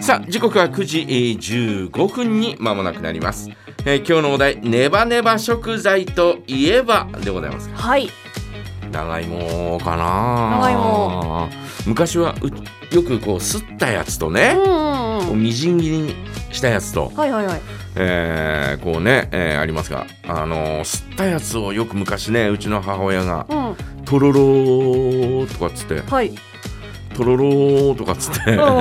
さあ時刻は9時えー15分に間もなくなります、えー今日のお題ネバネバ食材といえばでございますはい長芋かな長芋昔はうよくこうすったやつとうねん、うんこううんみじん切りにしたやつと、はいはいはいえーこうね、えーありますがあのーすったやつをよく昔ねうちの母親がうん「とろろー」とかっつってはい「とろろー」とかっつ ってうんうんうん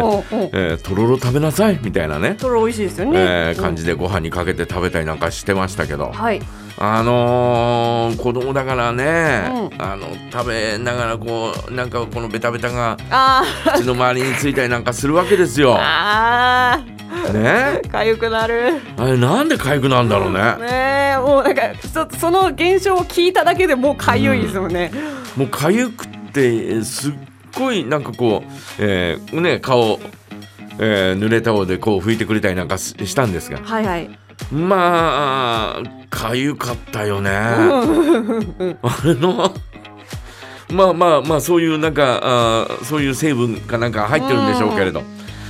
「えーとろろ食べなさい」みたいなね、それ美味しいですよね、えー感じで、でご飯にかけて食べたりなんかしてましたけど。はいあのー、子供だからね、うあの食べながらこうなんかこのベタベタがあー口の周りについたりなんかするわけですよ。ね あーかゆくなるあれなんで痒くなんだろうね。ねえもうなんかそその現象を聞いただけでもうかゆいですよね、もう痒くってすっごいなんかこう、えーね、顔、えー濡れタオルでこう拭いてくれたりなんかししたんですがはいはいまあ痒かったよね。あれのまあまあまあそういうなんかあーそういう成分かなんか入ってるんでしょうけれど、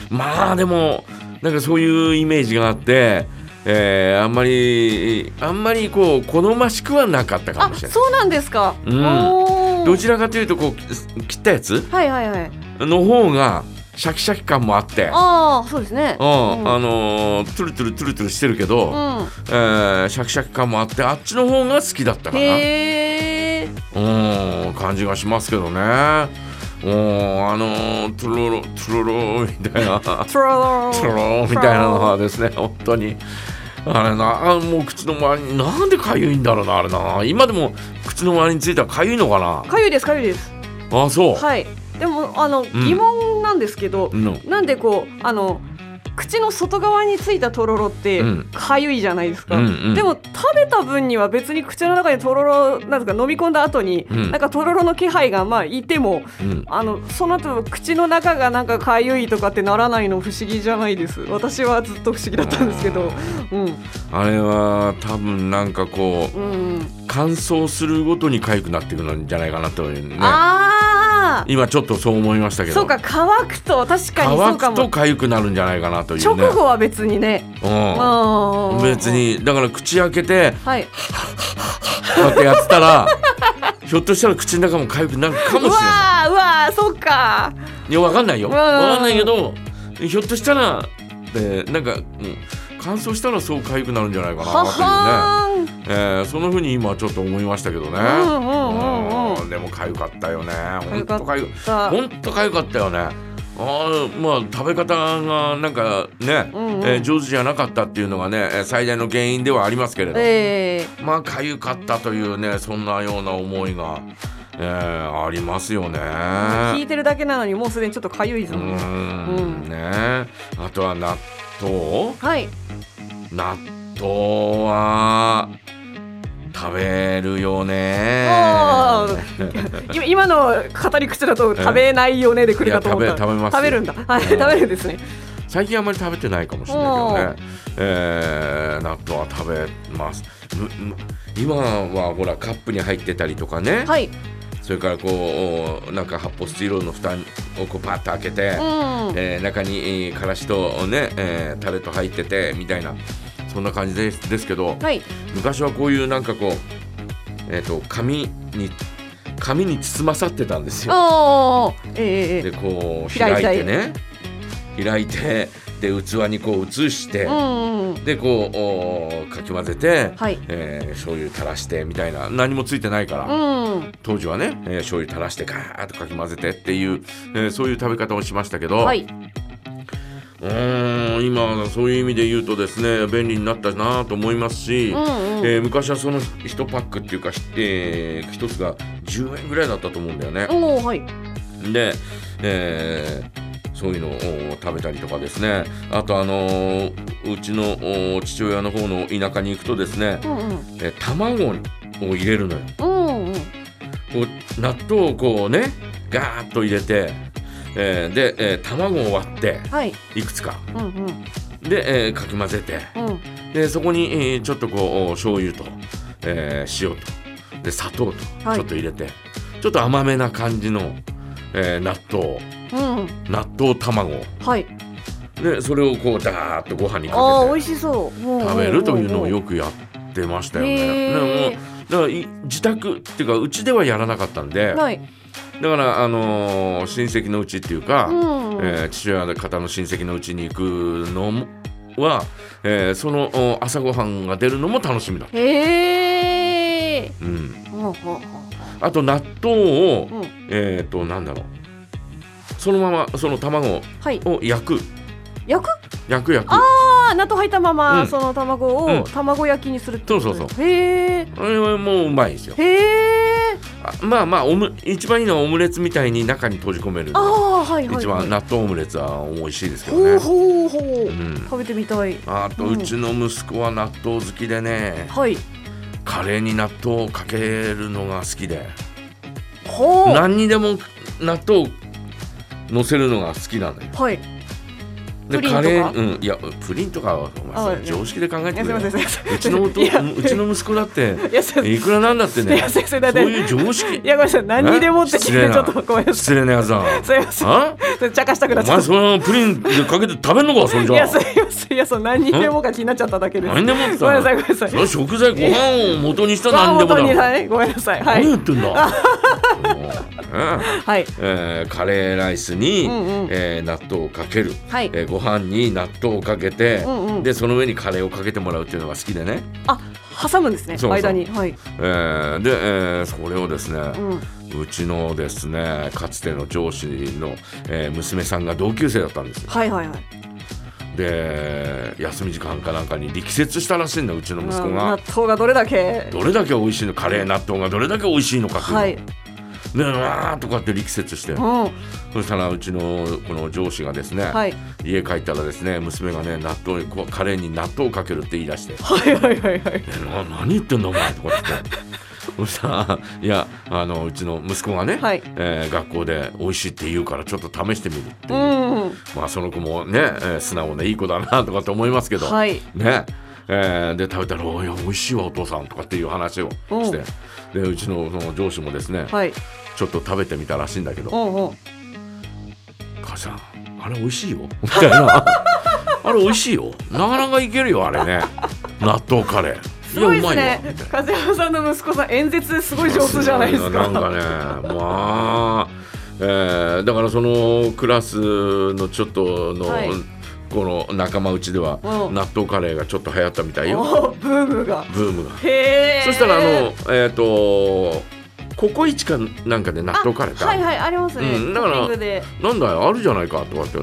まあでもなんかそういうイメージがあって、えーあんまりあんまりこう好ましくはなかったかあもしれない。そうなんですか、うんおーどちらかというとこう切ったやつはいはいはいの方がシャキシャキ感もあって、うん、あああそうですねうんのー、トゥルトゥルトゥルトゥルしてるけど、うんえーシャキシャキ感もあってあっちの方が好きだったかな。へえうん感じがしますけどね。うんあのー、トゥロロトゥロロみた いなトトロロゥロロみたいなのはですね本当にあれなあもう口の周りになんでかゆいんだろうなあれな今でも口の周りについたらかゆいのかかゆいですかゆいですなあそう、はいでもあの、疑問なんですけどう、ん、なんでこうあの口の外側についたとろろってうんかゆいじゃないですか、うんうんでも食べた分には別に口の中にとろろなんですか飲み込んだ後に、うんなんかとろろの気配がまあいてもうん、あのその後口の中がなんかかゆいとかってならないの不思議じゃないです私はずっと不思議だったんですけどうんあれは多分なんかこううん、乾燥するごとにかゆくなってくるんじゃないかなというねああ今ちょっとそう思いましたけどそうか乾くと確かにそ乾うかくともかゆくなるんじゃないかなという直ね後は別にねうんうん別にだから口開けてはいこうやってやってた らひょっとしたら口の中も痒くなるかうもしれわなーうわーそうかいいやわかんないようんわかんないけどひょっとしたら、えーなんか、うん乾燥したらそう痒くなるんじゃないかはなはーんっていうね、えーそのふうに今ちょっと思いましたけどね、うんうんうんうんうんでも痒かったよねほ痒んかっと痒さあほんと痒かったよねあーまあ食べ方がなんかね、うんうんえー上手じゃなかったっていうのがねえー最大の原因ではありますけれど、えまあ痒かったというねそんなような思いが、えーありますよね。え聞いてるだけなのにもうすでにちょっとかゆいですうもんんねねあとは納豆はい納豆は食べるよね。あー今今の語り口だと食べないよねで来るかと思ったいや食べ食べます食べるんだはいうん食べるんですね最近あまり食べてないかもしれないけどね、えー納豆は食べます。むむ今はほらカップに入ってたりとかね、はいそれからこうなんか発泡スチロールの蓋をこうパッと開けて。うんえー中に、えーからしとね、えータレと入っててみたいなそんな感じですですけどはい昔はこういうなんかこう、えー、と紙に紙に包まさってたんですよ。おーえでえこう開開いいたてね開いてで器にこう移して、うんうんでこうおーかき混ぜて、はいえー醤油垂らしてみたいな何もついてないから。うん当時はね、えー醤油垂らしてガーッとかき混ぜてっていう、えーそういう食べ方をしましたけど、はいうん今そういう意味で言うとですね便利になったなと思いますし、うんうんえー昔はその1パックっていうか、ひえ1つが10円ぐらいだったと思うんだよね。おーはいで、えーそういうのを食べたりとかですねあとあのーうちのお父親の方の田舎に行くとですね、うんうんえー卵を入れるのよ。うんうんこう納豆をこうねガーッと入れて、えーで、えー卵を割ってはいいくつかうんうんで、えーかき混ぜて。うんでそこに、えーちょっとこうお醤油と、えー塩とで砂糖はといちょっと入れて、ちょっと甘めな感じの、えー納豆うん納豆卵をはいね、それをこうダーッとご飯にあかあ美けて味しそう食べるというのをよくくやってましたよね。ねもへうだからい自宅っていうかうちではやらなかったんでえはいだから、あのー親戚のうちっていうか、うんえー父親の方の親戚のうちに行くのもは、えーそのお朝ごはんが出るのも楽しみだ、へえうん、うんうんあと納豆を、うんえっ、となんだろうそのままその卵はいを焼く焼く焼く焼くあー納豆入ったまま、うんその卵を、うん卵焼きにするってことそうそうそうへえあれはもううまいですよへえあまあまあオム一番いいのはオムレツみたいに中に閉じ込めるのああはいはい、はい、一番納豆オムレツは美味しいですけどほうねほうほう、ん食べてみたいあとうちの息子は納豆好きでねはいカレーに納豆をかけるのが好きでほう何にでも納豆を乗せるのが好きなのよはいでプリンとカかレー、うん、いやプリンとかはお前あそれ常識で考えいてくやすいれよませんすいませんうちの弟いやうちの息子だっていやすいませんいくらなんだっていねや先生だそっうていう常識いやごめんなさい何にでもって聞いえてちょっとごめんなさ失礼なやつだいすいませんあそれ茶化したくなおっちゃ前っそのプリンでかけて食べんのかそれじたいゃやすいませんいやそう何にでもが気になっちゃっただけです何でもってごめんなささいごめんなさいその食材ご飯を元にしたあ何でも本当にだろはいごめんなさいは何い言ってんだもうねはいえーカレーライスに、うんうんえー納豆をかける、はいえーご飯に納豆をかけて、うんうんでその上にカレーをかけてもらうっていうのが好きでね、あ挟むんですねそうそう間にはいえーで、えーそれをですね、うんうちのですねかつての上司の、えー娘さんが同級生だったんですよはいはいはいで休み時間かなんかに力説したらしいんだうちの息子うんが納。豆がどれだけどれだけ美味しいのカレー納豆がどれだけ美味しいのかっていうの、はいでうわーっとこうやって力説して、うんそしたらうちのこの上司がですね、はい家帰ったらですね娘がね納豆にこうカレーに納豆をかけるって言い出してはいはいはいはい「えな何言ってんだお前」とか言って そしたら「いやあのうちの息子がね、はいえー学校で美味しいって言うからちょっと試してみる」っていうう、んまあその子もね、えー素直ないい子だなとかって思いますけど、はいねえーで食べたら「おいいや美味しいわお父さん」とかっていう話をしてでうちのその上司もですね、はいちょっと食べてみたらしいんだけどうんうん母さんあれ美味しいよみたいなあれ美味しいよなかなかいけるよあれね納豆カレーすごいでやすうまいわねみたいな風山さんの息子さん演説すごい上手じゃないですかなんかねまあ、えーだからそのクラスのちょっとの、はいこの仲間内ではうん納豆カレーがちょっと流行ったみたいよおブームがブームがへえそしたらあのえっ、とココイチかなんかで納豆カレーってあはるいはいありますねうんだからトッピングでなんだよあるじゃないかとかって、ん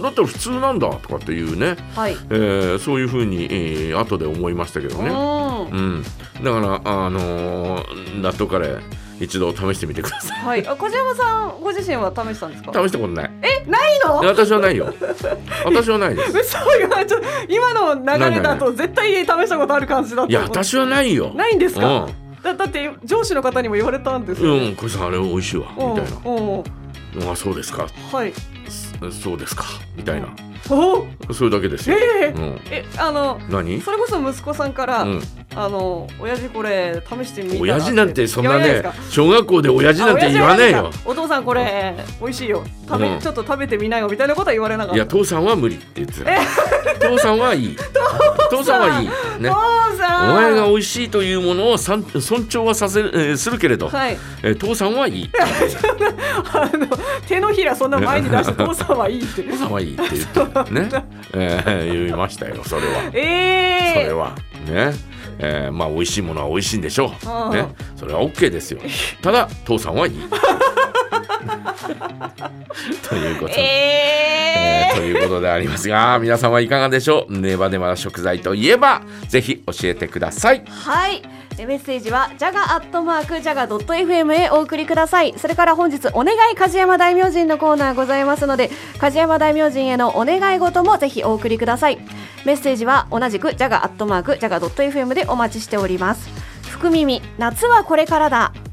だったら普通なんだとかっていうねはいえーそういうふうに、えー後で思いましたけどね、ううんん、だから、あのー納豆カレー一度試してみてくださいはいあ梶山さんご自身は試したんですか試したことないえないの私は ないよ私はないです嘘よちょ今の流れだと絶対試したことある感じだといや私はないよないんですかうだだって上司の方にも言われたんですよん、ねうん、これさんあれ美味しいわみうんたいなうん「あそうですかはいそそうですか」みたいなおそれだけですよ、えーうん、えあの何それこそ息子さんから、うん、あの親父これ試してみたら親父なんてそんな言わねいですか小学校で親父なんて言わねえあ親よ父はんかお父さんこれ美味しいよ食べ、うんちょっと食べてみなよみたいなことは言われなかっいたや父さんは無理って言ってた父さんはい い父さんはいいね父おさん前が美味しいというものをさん尊重はさせる、えーするけれど、はいえー父さんはいいあの手のひらそんな前に出して父さんはいいって父さんはいいって言って ね、えー言いましたよそれは、えそれー、はね、えーまあ美味しいものは美味しいんでしょあう、ね、それは OK ですよただ父さん はいい ということで。ええーということでありますが皆さんはいかがでしょうネバネバな食材といえばぜひ教えてくださいー、はいえメッセージはジャガアットマークジャガドット FM へお送りくださいそれから本日お願い梶山大名人のコーナーございますので梶山大名人へのお願い事もぜひお送りくださいメッセージは同じくジャガアットマークジャガドット FM でお待ちしております福耳夏はこれからだ